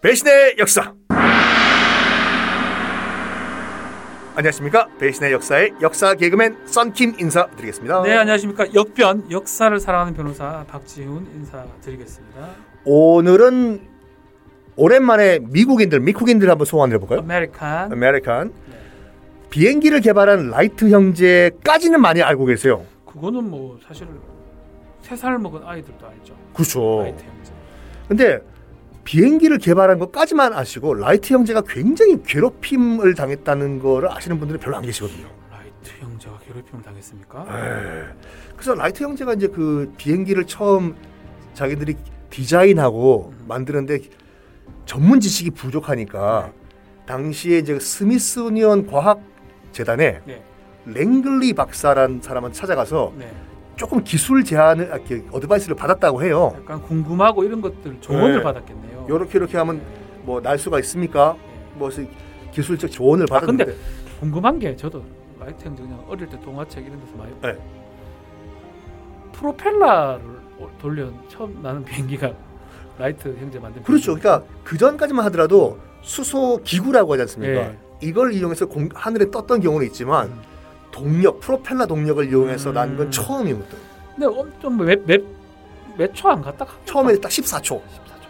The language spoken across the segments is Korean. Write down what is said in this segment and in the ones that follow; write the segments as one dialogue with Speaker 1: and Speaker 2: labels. Speaker 1: 배신의 역사. 안녕하십니까 배신의 역사의 역사 개그맨 썬킴 인사드리겠습니다.
Speaker 2: 네 안녕하십니까 역변 역사를 사랑하는 변호사 박지훈 인사드리겠습니다.
Speaker 1: 오늘은 오랜만에 미국인들 미국인들 한번 소환해 볼까요?
Speaker 2: 아메리칸
Speaker 1: 아메리칸
Speaker 2: 네.
Speaker 1: 비행기를 개발한 라이트 형제까지는 많이 알고 계세요.
Speaker 2: 그거는 뭐 사실 세 살 먹은 아이들도 알죠.
Speaker 1: 그렇죠.
Speaker 2: 라이트 형제.
Speaker 1: 근데 비행기를 개발한 것까지만 아시고 라이트 형제가 굉장히 괴롭힘을 당했다는 거를 아시는 분들이 별로 안 계시거든요.
Speaker 2: 라이트 형제가 괴롭힘을 당했습니까?
Speaker 1: 에이. 그래서 라이트 형제가 이제 그 비행기를 처음 자기들이 디자인하고
Speaker 2: 음.
Speaker 1: 만드는데 전문 지식이 부족하니까
Speaker 2: 네.
Speaker 1: 당시에 이제 스미스니언 과학 재단에
Speaker 2: 네.
Speaker 1: 랭글리 박사라는 사람을 찾아가서
Speaker 2: 네.
Speaker 1: 조금 기술 제안을 아, 이렇게 어드바이스를 받았다고 해요.
Speaker 2: 약간 궁금하고 이런 것들 조언을
Speaker 1: 네.
Speaker 2: 받았겠네요.
Speaker 1: 요렇게 이렇게 하면 뭐 날 수가 있습니까?
Speaker 2: 네.
Speaker 1: 뭐 기술적 조언을 받았는데
Speaker 2: 아, 근데 궁금한 게 저도 라이트 형제 그냥 어릴 때 동화책 이런 데서 많이
Speaker 1: 네,
Speaker 2: 프로펠러를 돌려 처음 나는 비행기가 라이트 형제 만든
Speaker 1: 그렇죠.
Speaker 2: 비행기니까.
Speaker 1: 그러니까 그 전까지만 하더라도 수소 기구라고 하지 않습니까?
Speaker 2: 예.
Speaker 1: 이걸 이용해서 공- 하늘에 떴던 경우는 있지만
Speaker 2: 음.
Speaker 1: 동력 프로펠러 동력을 이용해서
Speaker 2: 음.
Speaker 1: 난 건 처음이거든.
Speaker 2: 네. 근데 엄청 뭐 몇몇몇초 안 갔다 가-
Speaker 1: 처음에 딱 14초.
Speaker 2: 14초.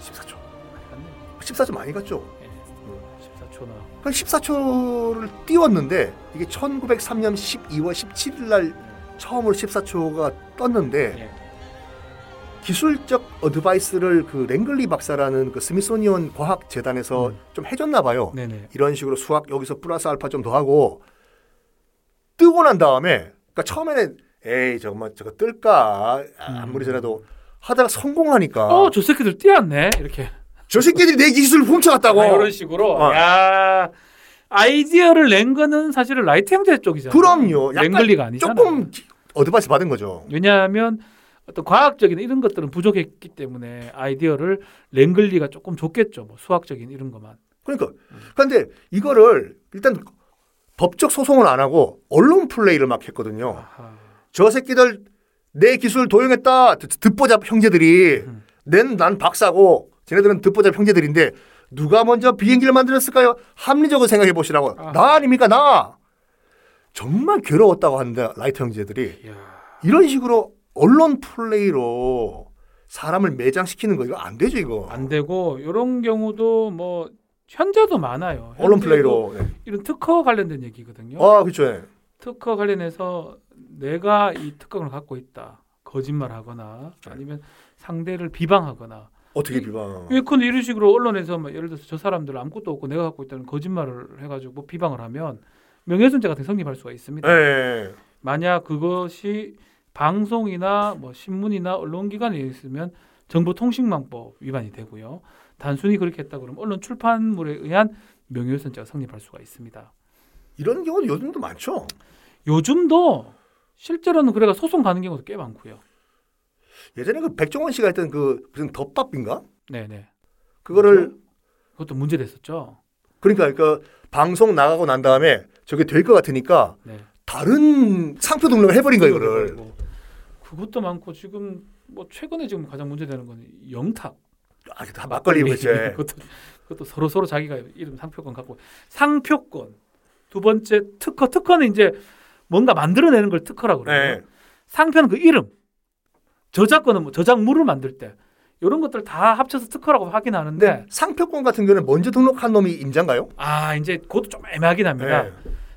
Speaker 1: 14초.
Speaker 2: 많이 갔네.
Speaker 1: 14초 많이 갔죠.
Speaker 2: 예. 14초나.
Speaker 1: 그 14초를 띄웠는데 이게 1903년 12월 17일 날 처음으로 14초가 떴는데
Speaker 2: 예.
Speaker 1: 기술적 어드바이스를 그 랭글리 박사라는 그 스미소니언 과학 재단에서
Speaker 2: 음.
Speaker 1: 좀 해줬나 봐요.
Speaker 2: 네네.
Speaker 1: 이런 식으로 수학 여기서 플러스 알파 좀 더 하고 뜨고 난 다음에 그러니까 처음에는 에이 정말 저거 뜰까 아, 아무리 저래도 하다가 성공하니까
Speaker 2: 어, 저 새끼들 뛰었네. 이렇게.
Speaker 1: 저 새끼들이 내 기술을 훔쳐갔다고
Speaker 2: 아, 이런 식으로.
Speaker 1: 어.
Speaker 2: 야. 아이디어를 낸 거는 사실은 라이트 형제 쪽이잖아요.
Speaker 1: 그럼요 약간
Speaker 2: 랭글리가 아니잖아.
Speaker 1: 조금 기- 어드바이스 받은 거죠
Speaker 2: 왜냐하면 어떤 과학적인 이런 것들은 부족했기 때문에 아이디어를 랭글리가 조금 좋겠죠. 뭐 수학적인 이런 것만.
Speaker 1: 그러니까 그런데 이거를 일단 법적 소송은 안 하고 언론 플레이를 막 했거든요
Speaker 2: 아하.
Speaker 1: 저 새끼들 내 기술 도용했다 듣- 듣보잡 형제들이
Speaker 2: 음.
Speaker 1: 낸 난 박사고 쟤네들은 듣보잡 형제들인데 누가 먼저 비행기를 만들었을까요? 합리적으로 생각해 보시라고
Speaker 2: 아하.
Speaker 1: 나 아닙니까 나 정말 괴로웠다고 하는데 라이트 형제들이
Speaker 2: 이야.
Speaker 1: 이런 식으로 언론 플레이로 사람을 매장시키는 거 이거 안 되죠 이거
Speaker 2: 안 되고 이런 경우도 뭐 현재도 많아요.
Speaker 1: 언론
Speaker 2: 현재도
Speaker 1: 플레이로 네.
Speaker 2: 이런 특허 관련된 얘기거든요.
Speaker 1: 아 그렇죠 예.
Speaker 2: 특허 관련해서 내가 이 특허를 갖고 있다 거짓말하거나 아니면 상대를 비방하거나
Speaker 1: 어떻게 비방
Speaker 2: 예컨대 이런 식으로 언론에서 막 예를 들어서 저 사람들 아무것도 없고 내가 갖고 있다는 거짓말을 해가지고 뭐 비방을 하면 명예훼손죄 같은 게 성립할 수가 있습니다.
Speaker 1: 예.
Speaker 2: 만약 그것이 방송이나 뭐 신문이나 언론기관에 있으면 정보통신망법 위반이 되고요. 단순히 그렇게 했다 그러면 언론 출판물에 의한 명예훼손죄가 성립할 수가 있습니다.
Speaker 1: 이런 경우는 요즘도 많죠
Speaker 2: 요즘도 실제로는 그래가 소송 가는 경우도 꽤 많고요.
Speaker 1: 예전에 그 백종원 씨가 했던 그 무슨 덮밥인가
Speaker 2: 네네.
Speaker 1: 그거를
Speaker 2: 그것도 문제됐었죠.
Speaker 1: 그러니까 그러니까 방송 나가고 난 다음에 저게 될 것 같으니까
Speaker 2: 네.
Speaker 1: 다른 상표 등록을 해버린 거예요 이거를
Speaker 2: 그리고 그것도 많고 지금 뭐 최근에 지금 가장 문제되는 건 영탁
Speaker 1: 아, 다 막걸리 이제
Speaker 2: 그것도 그것도 서로 서로 자기가 이름 상표권 갖고 상표권 두 번째 특허 특허는 이제 뭔가 만들어내는 걸 특허라고 그래요.
Speaker 1: 네.
Speaker 2: 상표는 그 이름 저작권은 뭐 저작물을 만들 때 이런 것들 다 합쳐서 특허라고 하긴 하는데
Speaker 1: 근데 상표권 같은 경우는 먼저 등록한 놈이 임자인가요?
Speaker 2: 아 이제 그것도 좀 애매하긴 합니다.
Speaker 1: 네.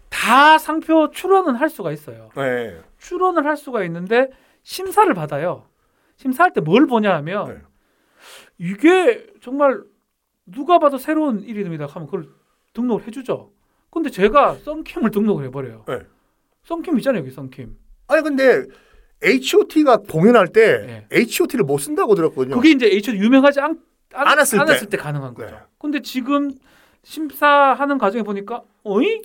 Speaker 2: 다 상표 출원은 할 수가 있어요.
Speaker 1: 네.
Speaker 2: 출원을 할 수가 있는데 심사를 받아요. 심사할 때 뭘 보냐 하면
Speaker 1: 네.
Speaker 2: 이게 정말 누가 봐도 새로운 이름이다 하면 그걸 등록을 해주죠. 근데 제가 썬킴을 등록을 해버려요.
Speaker 1: 네.
Speaker 2: 썬킴 있잖아요 여기 썬킴.
Speaker 1: 아니 근데 H.O.T.가 공연할 때
Speaker 2: 네.
Speaker 1: H.O.T.를 못 쓴다고 들었거든요.
Speaker 2: 그게 이제 H 유명하지 않, 않,
Speaker 1: 않았을 네. 때.
Speaker 2: 가능한 거죠.
Speaker 1: 네.
Speaker 2: 근데 지금 심사하는 과정에 보니까 어이
Speaker 1: 네.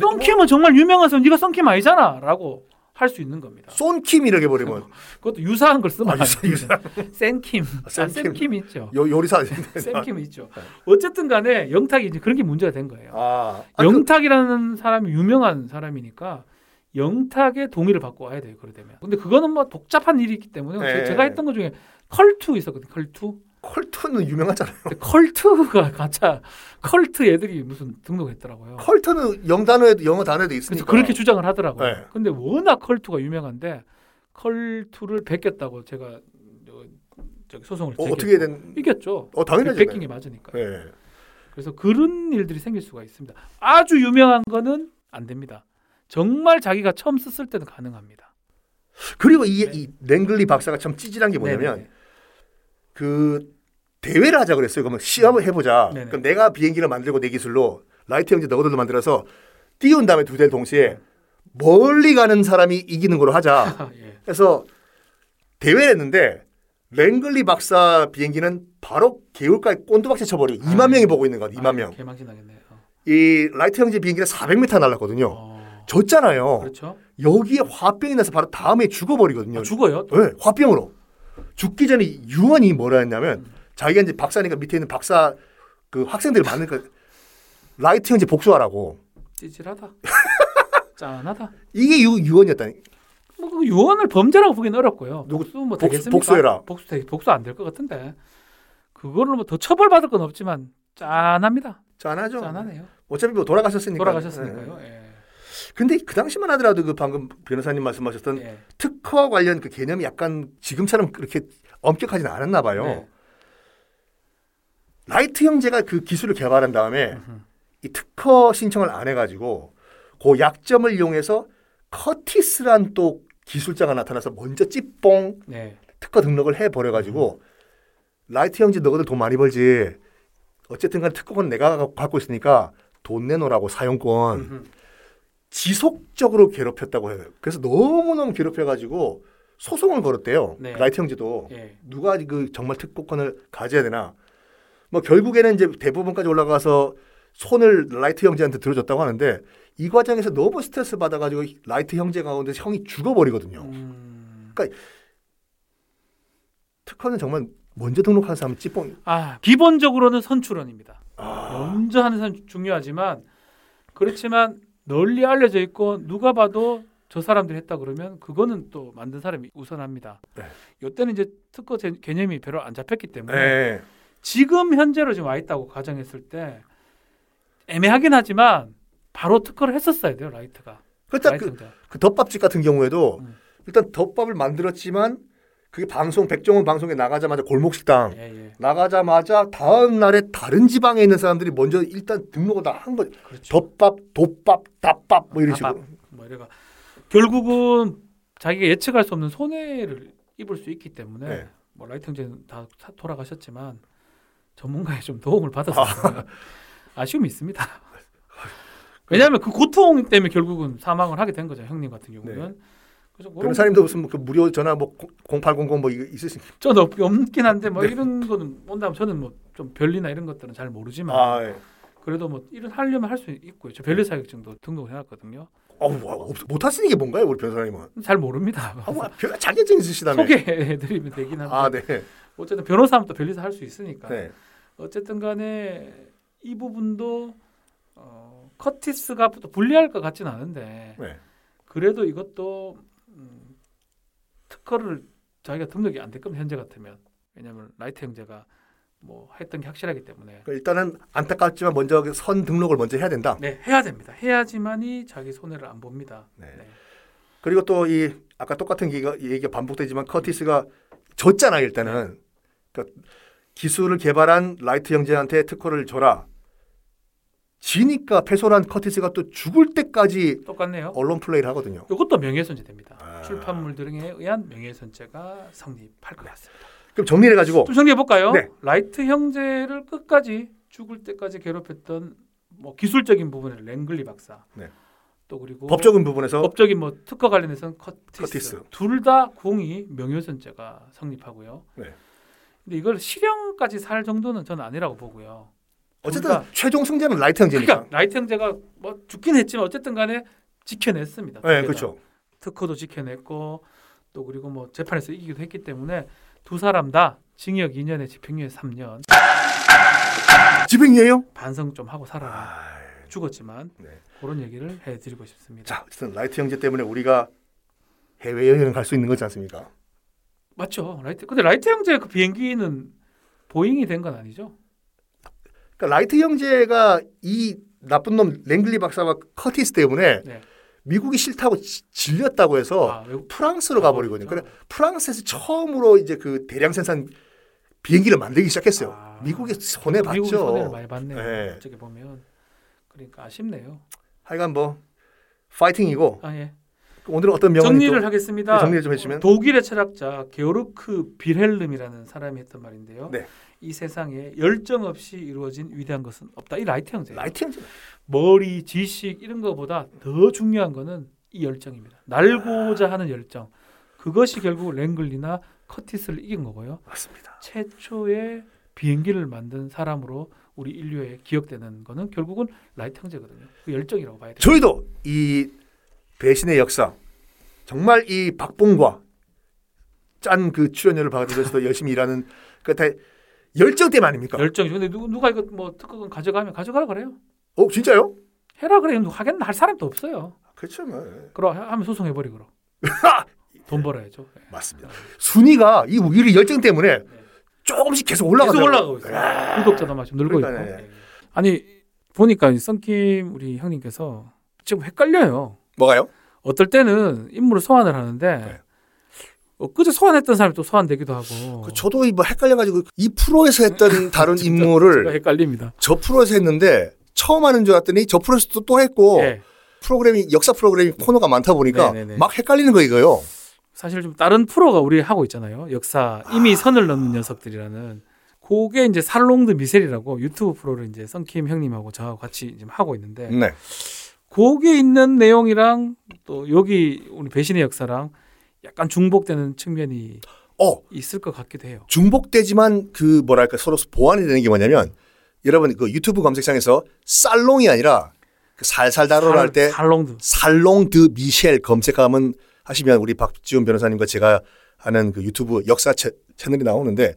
Speaker 2: 썬킴은 정말 유명해서 네가 썬킴 아니잖아라고 할 수 있는 겁니다.
Speaker 1: 쏜킴 이렇게 버리면
Speaker 2: 그것도 유사한 걸 쓰면
Speaker 1: 아,
Speaker 2: 안
Speaker 1: 유사-
Speaker 2: 돼요.
Speaker 1: 유사-
Speaker 2: 센킴. 아,
Speaker 1: 센킴.
Speaker 2: 센킴 있죠.
Speaker 1: 요, 요리사
Speaker 2: 센킴 있죠.
Speaker 1: 네.
Speaker 2: 어쨌든 간에 영탁이 이제 그런 게 문제가 된 거예요.
Speaker 1: 아, 아, 그-
Speaker 2: 영탁이라는 사람이 유명한 사람이니까 영탁의 동의를 받고 와야 돼요. 그러되면. 근데 그거는 뭐 복잡한 일이기 때문에
Speaker 1: 네.
Speaker 2: 제- 제가 했던 것 중에 컬투 있었거든요. 컬투.
Speaker 1: 컬트는 유명하잖아요.
Speaker 2: 근데 컬트가 가짜 컬트 애들이 무슨 등록했더라고요.
Speaker 1: 컬트는 영 단어에도 영어 단어에도
Speaker 2: 그래서
Speaker 1: 있으니까.
Speaker 2: 그렇게 주장을 하더라고요.
Speaker 1: 네.
Speaker 2: 근데 워낙 컬투가 유명한데 컬투를 베꼈다고 제가 저- 저기 소송을
Speaker 1: 어,
Speaker 2: 제기했고
Speaker 1: 어떻게 해야 된?
Speaker 2: 이겼죠.
Speaker 1: 어 당연하죠.
Speaker 2: 베낀 게 맞으니까.
Speaker 1: 예.
Speaker 2: 그래서 그런 일들이 생길 수가 있습니다. 아주 유명한 거는 안 됩니다. 정말 자기가 처음 썼을 때는 가능합니다.
Speaker 1: 그리고 이,
Speaker 2: 네.
Speaker 1: 이 랭글리 박사가 참 찌질한 게 뭐냐면
Speaker 2: 네네네.
Speaker 1: 그 대회를 하자 그랬어요. 그러면 시합을 해보자.
Speaker 2: 네네.
Speaker 1: 그럼 내가 비행기를 만들고 내 기술로 라이트 형제 너거들도 만들어서 띄운 다음에 두 대를
Speaker 2: 네.
Speaker 1: 동시에 멀리 가는 사람이 이기는 걸로 하자.
Speaker 2: 아, 예.
Speaker 1: 그래서 대회를 했는데 랭글리 박사 비행기는 바로 개울가에 꼰두박질 쳐버리고 2만
Speaker 2: 아이고.
Speaker 1: 명이 보고 있는 거같 2만 명.
Speaker 2: 개망신하겠네요.
Speaker 1: 이 라이트 형제 비행기는 400m 날랐거든요.
Speaker 2: 어,
Speaker 1: 졌잖아요.
Speaker 2: 그렇죠.
Speaker 1: 여기에 화병이 나서 바로 다음에 죽어버리거든요.
Speaker 2: 아, 죽어요.
Speaker 1: 네, 화병으로 죽기 전에 유언이 뭐라 했냐면
Speaker 2: 음.
Speaker 1: 자기가 이제 박사니까 밑에 있는 박사 그 학생들을 만나니까 라이트 형제 복수하라고
Speaker 2: 찌질하다. 짠하다.
Speaker 1: 이게 유, 유언이었다니
Speaker 2: 뭐 그 유언을 범죄라고 보기는 어렵고요.
Speaker 1: 누구-
Speaker 2: 복수 뭐
Speaker 1: 복수-
Speaker 2: 되겠습니까?
Speaker 1: 복수해라.
Speaker 2: 복수 되- 복수 안 될 것 같은데 그걸로 뭐 더 처벌받을 건 없지만 짠합니다.
Speaker 1: 짠하죠
Speaker 2: 짠하네요.
Speaker 1: 어차피 뭐 돌아가셨으니까
Speaker 2: 돌아가셨으니까요.
Speaker 1: 네.
Speaker 2: 예.
Speaker 1: 근데 그 당시만 하더라도 그 방금 변호사님 말씀하셨던
Speaker 2: 예.
Speaker 1: 특허와 관련 그 개념이 약간 지금처럼 그렇게 엄격하진 않았나 봐요
Speaker 2: 네.
Speaker 1: 라이트 형제가 그 기술을 개발한 다음에
Speaker 2: 음흠.
Speaker 1: 이 특허 신청을 안 해가지고 그 약점을 이용해서 커티스란 또 기술자가 나타나서 먼저 찌뽕
Speaker 2: 네.
Speaker 1: 특허 등록을 해
Speaker 2: 음.
Speaker 1: 버려가지고 라이트 형제 너희들 돈 많이 벌지 어쨌든간 특허권 내가 가- 갖고 있으니까 돈 내놓으라고 사용권
Speaker 2: 음흠.
Speaker 1: 지속적으로 괴롭혔다고 해요. 그래서 너무 너무 괴롭혀가지고 소송을 걸었대요.
Speaker 2: 네.
Speaker 1: 라이트 형제도
Speaker 2: 예.
Speaker 1: 누가 그 정말 특허권을 가져야 되나? 뭐 결국에는 이제 대부분까지 올라가서 손을 라이트 형제한테 들어줬다고 하는데 이 과정에서 너무 스트레스 받아가지고 라이트 형제 가운데 형이 죽어버리거든요.
Speaker 2: 음.
Speaker 1: 특허는 정말 먼저 등록한 사람 찌뽕.
Speaker 2: 아 기본적으로는 선출원입니다.
Speaker 1: 아,
Speaker 2: 먼저 하는 사람 중요하지만 그렇지만 널리 알려져 있고 누가 봐도 저 사람들이 했다 그러면 그거는 또 만든 사람이 우선합니다.
Speaker 1: 네.
Speaker 2: 이때는 이제 특허 제- 개념이 별로 안 잡혔기 때문에
Speaker 1: 예.
Speaker 2: 지금 현재로 지금 와 있다고 가정했을 때 애매하긴 하지만 바로 특허를 했었어야 돼요 라이트가.
Speaker 1: 그렇다 그,
Speaker 2: 라이트가.
Speaker 1: 그 덮밥집 같은 경우에도
Speaker 2: 음.
Speaker 1: 일단 덮밥을 만들었지만 그게 방송 백종원 방송에 나가자마자 골목 식당
Speaker 2: 예, 예.
Speaker 1: 나가자마자 다음 날에 다른 지방에 있는 사람들이 먼저 일단 등록을 다 한 거죠.
Speaker 2: 그렇죠.
Speaker 1: 덮밥, 돋밥, 답밥 뭐 이런
Speaker 2: 답밥.
Speaker 1: 식으로.
Speaker 2: 뭐 이래가 결국은 자기가 예측할 수 없는 손해를 입을 수 있기 때문에
Speaker 1: 네.
Speaker 2: 뭐 라이트 형제는 다 사- 돌아가셨지만 전문가의 좀 도움을 받았습니다. 아. 쉬움이 있습니다. 왜냐하면 그 고통 때문에 결국은 사망을 하게 된 거죠 형님 같은 경우는. 그래서 그런
Speaker 1: 변호사님도 무슨 네. 그 무료 전화 뭐 0800 뭐 있으신가요?
Speaker 2: 전 없, 없긴 한데 뭐
Speaker 1: 네.
Speaker 2: 이런 거는 온다면 저는 뭐 좀 별리나 이런 것들은 잘 모르지만
Speaker 1: 아, 예.
Speaker 2: 그래도 뭐 일은 하려면 할 수 있고요. 저 변리 자격증도 등록을 해놨거든요.
Speaker 1: 어우, 와, 없- 못 하시는 게 뭔가요, 우리 변호사님은?
Speaker 2: 잘 모릅니다.
Speaker 1: 아, 뭐, 별 자격증 있으시다며.
Speaker 2: 소개해드리면 되긴 한데
Speaker 1: 아, 네.
Speaker 2: 어쨌든 변호사면 또 변리사 할 수 있으니까
Speaker 1: 네.
Speaker 2: 어쨌든간에 이 부분도 어, 커티스가 또 불리할 것 같지는 않은데
Speaker 1: 네.
Speaker 2: 그래도 이것도 음, 특허를 자기가 등록이 안 될 겁니다 현재 같으면 왜냐하면 라이트 형제가 뭐 했던 게 확실하기 때문에
Speaker 1: 그러니까 일단은 안타깝지만 먼저 그선 등록을 먼저 해야 된다.
Speaker 2: 네 해야 됩니다 해야지만이 자기 손해를 안 봅니다
Speaker 1: 네.
Speaker 2: 네.
Speaker 1: 그리고 또 이 아까 똑같은 얘기가, 얘기가 반복되지만 커티스가 졌잖아요, 일단은. 그러니까 기술을 개발한 라이트 형제한테 특허를 줘라. 지니까 패소한 커티스가 또 죽을 때까지
Speaker 2: 똑같네요
Speaker 1: 언론 플레이를 하거든요.
Speaker 2: 이것도 명예훼손죄 됩니다
Speaker 1: 아.
Speaker 2: 출판물 등에 의한 명예훼손죄가 성립할 것 같습니다.
Speaker 1: 그럼 정리를 해가지고
Speaker 2: 좀 정리해 볼까요?
Speaker 1: 네.
Speaker 2: 라이트 형제를 끝까지 죽을 때까지 괴롭혔던 뭐 기술적인 부분에 랭글리 박사.
Speaker 1: 네.
Speaker 2: 또 그리고
Speaker 1: 법적인 부분에서
Speaker 2: 뭐 법적인 뭐 특허 관련해서는 커티스.
Speaker 1: 커티스.
Speaker 2: 둘 다 공이 명예훼손죄가 성립하고요.
Speaker 1: 네.
Speaker 2: 근데 이걸 실형까지 살 정도는 저는 아니라고 보고요.
Speaker 1: 어쨌든
Speaker 2: 그러니까-
Speaker 1: 최종 승자는 라이트 형제니까.
Speaker 2: 그러니까 라이트 형제가 뭐 죽긴 했지만 어쨌든 간에 지켜냈습니다.
Speaker 1: 네,
Speaker 2: 두개다.
Speaker 1: 그렇죠.
Speaker 2: 특허도 지켜냈고 또 그리고 뭐 재판에서 이기기도 했기 때문에 두 사람 다 징역 2년에 집행유예 3년
Speaker 1: 지빙이에요?
Speaker 2: 반성 좀 하고 살아라.
Speaker 1: 아,
Speaker 2: 죽었지만
Speaker 1: 네.
Speaker 2: 그런 얘기를 해드리고 싶습니다.
Speaker 1: 자, 어쨌든 라이트 형제 때문에 우리가 해외 여행을 갈 수 있는 거지 않습니까?
Speaker 2: 맞죠, 라이트. 근데 라이트 형제 그 비행기는 보잉이 된 건 아니죠?
Speaker 1: 그러니까 라이트 형제가 이 나쁜 놈 랭글리 박사와 커티스 때문에
Speaker 2: 네.
Speaker 1: 미국이 싫다고 지- 질렸다고 해서
Speaker 2: 아, 외국-
Speaker 1: 프랑스로 어, 가버리거든요. 그래 프랑스에서 처음으로 이제 그 대량 생산 비행기를 만들기 시작했어요.
Speaker 2: 아.
Speaker 1: 미국이 손해 봤죠.
Speaker 2: 미국이 손해를 많이 봤네요.
Speaker 1: 네.
Speaker 2: 어떻게 보면 그러니까 아쉽네요.
Speaker 1: 하여간 뭐 파이팅이고
Speaker 2: 아 예.
Speaker 1: 오늘은 어떤 어, 그 명언이
Speaker 2: 정리를
Speaker 1: 또 네,
Speaker 2: 하겠습니다.
Speaker 1: 정리를 좀 해주시면
Speaker 2: 독일의 철학자 게오르크 빌헬름이라는 사람이 했던 말인데요.
Speaker 1: 네.
Speaker 2: 이 세상에 열정 없이 이루어진 위대한 것은 없다. 이 라이트 형제.
Speaker 1: 라이트 형제
Speaker 2: 머리, 지식 이런 것보다 더 중요한 거는 이 열정입니다. 날고자 하는 열정. 그것이 결국 랭글리나 커티스를 이긴 거고요.
Speaker 1: 맞습니다.
Speaker 2: 최초의 비행기를 만든 사람으로 우리 인류에 기억되는 거는 결국은 라이트 형제거든요. 그 열정이라고 봐야 돼요.
Speaker 1: 저희도 이 배신의 역사 정말 이 박봉과 짠 그 출연료를 받으면서도 열심히 일하는 그다 열정 때문 아닙니까?
Speaker 2: 열정이죠. 근데 누, 누가 이거 뭐 특허금 가져가면 가져가라 그래요.
Speaker 1: 어 진짜요?
Speaker 2: 해라 그래요. 누가 하겠나 할 사람도 없어요.
Speaker 1: 그렇죠, 뭐.
Speaker 2: 아, 그럼 하- 하면 소송해 버리 그럼. 돈 벌어야죠.
Speaker 1: 맞습니다. 순위가 이 우리 열정 때문에 조금씩 계속 올라가고
Speaker 2: 네.
Speaker 1: 아,
Speaker 2: 계속 올라가고 있어요. 아, 구독자도 마치 늘고
Speaker 1: 그러니까요,
Speaker 2: 있고. 아니 보니까 이 썬킴 우리 형님께서 지금 헷갈려요.
Speaker 1: 뭐가요?
Speaker 2: 어떨 때는 인물을 소환을 하는데
Speaker 1: 네.
Speaker 2: 어, 그제 소환했던 사람이 또 소환되기도 하고.
Speaker 3: 그 저도 이뭐 헷갈려가지고 이 프로에서 했던 다른
Speaker 2: 제가
Speaker 3: 임무를
Speaker 2: 헷갈립니다.
Speaker 3: 저 프로에서 했는데 처음 하는 줄 알았더니 저 프로에서도 또
Speaker 1: 어.
Speaker 3: 했고
Speaker 2: 예.
Speaker 3: 프로그램이 역사 프로그램이 코너가 많다 보니까
Speaker 2: 네네네.
Speaker 3: 막 헷갈리는 거 이거요.
Speaker 2: 사실 좀 다른 프로가 우리 하고 있잖아요. 역사 이미 선을 넘는 녀석들이라는 그게 이제 살롱드 미셀이라고 유튜브 프로를 이제 썬킴 형님하고 저하고 같이 지금 하고
Speaker 1: 음.
Speaker 2: 있는데
Speaker 3: 네.
Speaker 2: 거기에 있는 내용이랑 또 여기 우리 배신의 역사랑 약간 중복되는 측면이
Speaker 3: 어
Speaker 2: 있을 것 같기도 해요.
Speaker 3: 중복되지만 그 뭐랄까 서로 보완이 되는 게 뭐냐면 여러분 그 유튜브 검색창에서 살롱이 아니라 그 살살 다뤄라 할 때
Speaker 2: 살롱드
Speaker 3: 살롱 드 미셸 검색하면 하시면 우리 박지훈 변호사님과 제가 하는 그 유튜브 역사 채, 채널이 나오는데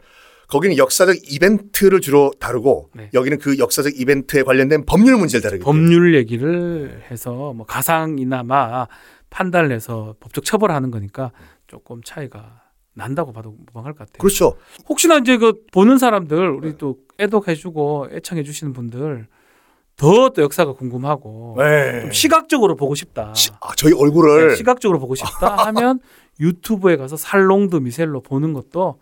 Speaker 3: 거기는 역사적 이벤트를 주로 다루고
Speaker 2: 네.
Speaker 3: 여기는 그 역사적 이벤트에 관련된 법률 문제를 다루기 때문에
Speaker 2: 법률 얘기를 해서 뭐 가상이나마 판단을 해서 법적 처벌하는 거니까 조금 차이가 난다고 봐도 무방할 것 같아요.
Speaker 3: 그렇죠.
Speaker 2: 혹시나 이제 그 보는 사람들 우리 또 애독해주고 애청해주시는 분들 더 또 역사가 궁금하고
Speaker 3: 네.
Speaker 2: 어. 좀 시각적으로 보고 싶다.
Speaker 3: 시, 아, 저희 얼굴을
Speaker 2: 네, 시각적으로 보고 싶다 하면 유튜브에 가서 살롱드 미셀로 보는 것도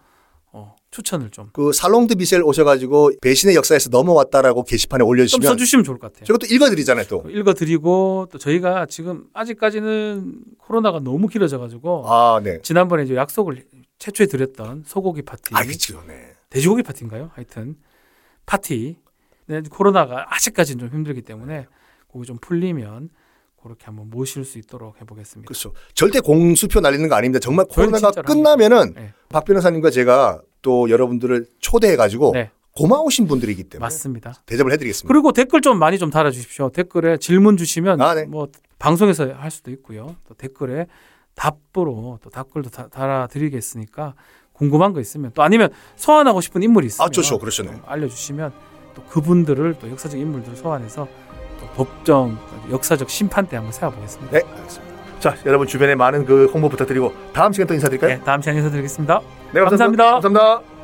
Speaker 2: 어, 추천을 좀,
Speaker 3: 그 살롱 드 미셸 오셔가지고 배신의 역사에서 넘어왔다라고 게시판에
Speaker 2: 좀
Speaker 3: 올려주시면
Speaker 2: 써주시면 좋을 것 같아요.
Speaker 3: 저것도 읽어드리잖아요 또.
Speaker 2: 읽어드리고 또 저희가 지금 아직까지는 코로나가 너무 길어져가지고
Speaker 3: 아 네.
Speaker 2: 지난번에 이제 약속을 최초에 드렸던 소고기 파티,
Speaker 3: 아 그렇죠. 네.
Speaker 2: 돼지고기 파티인가요? 하여튼 파티. 네, 코로나가 아직까지는 좀 힘들기
Speaker 3: 네.
Speaker 2: 때문에 그거 좀 풀리면 그렇게 한번 모실 수 있도록 해보겠습니다.
Speaker 3: 그렇죠. 절대 공수표 날리는 거 아닙니다. 정말
Speaker 2: 저희는
Speaker 3: 코로나가
Speaker 2: 진짜로
Speaker 3: 끝나면은
Speaker 2: 네.
Speaker 3: 박 변호사님과 제가 또 여러분들을 초대해가지고
Speaker 2: 네.
Speaker 3: 고마우신 분들이기 때문에
Speaker 2: 맞습니다.
Speaker 3: 대접을 해드리겠습니다.
Speaker 2: 그리고 댓글 좀 많이 좀 달아주십시오. 댓글에 질문 주시면
Speaker 3: 음. 아, 네.
Speaker 2: 뭐 방송에서 할 수도 있고요. 또 댓글에 답으로 또 댓글도 다- 달아드리겠으니까 궁금한 거 있으면 또 아니면 소환하고 싶은 인물이 있으면
Speaker 3: 아, 좋죠. 그러시네.
Speaker 2: 좀 알려주시면 또 그분들을 또 역사적 인물들 소환해서 또 법정 역사적 심판 때 한번 세워보겠습니다.
Speaker 3: 네, 알겠습니다.
Speaker 1: 자 여러분 주변에 많은 그 홍보 부탁드리고 다음 시간 또 인사드릴까요?
Speaker 2: 네, 다음 시간에 네, 인사드리겠습니다.
Speaker 1: 네,
Speaker 2: 감사합니다.
Speaker 1: 감사합니다.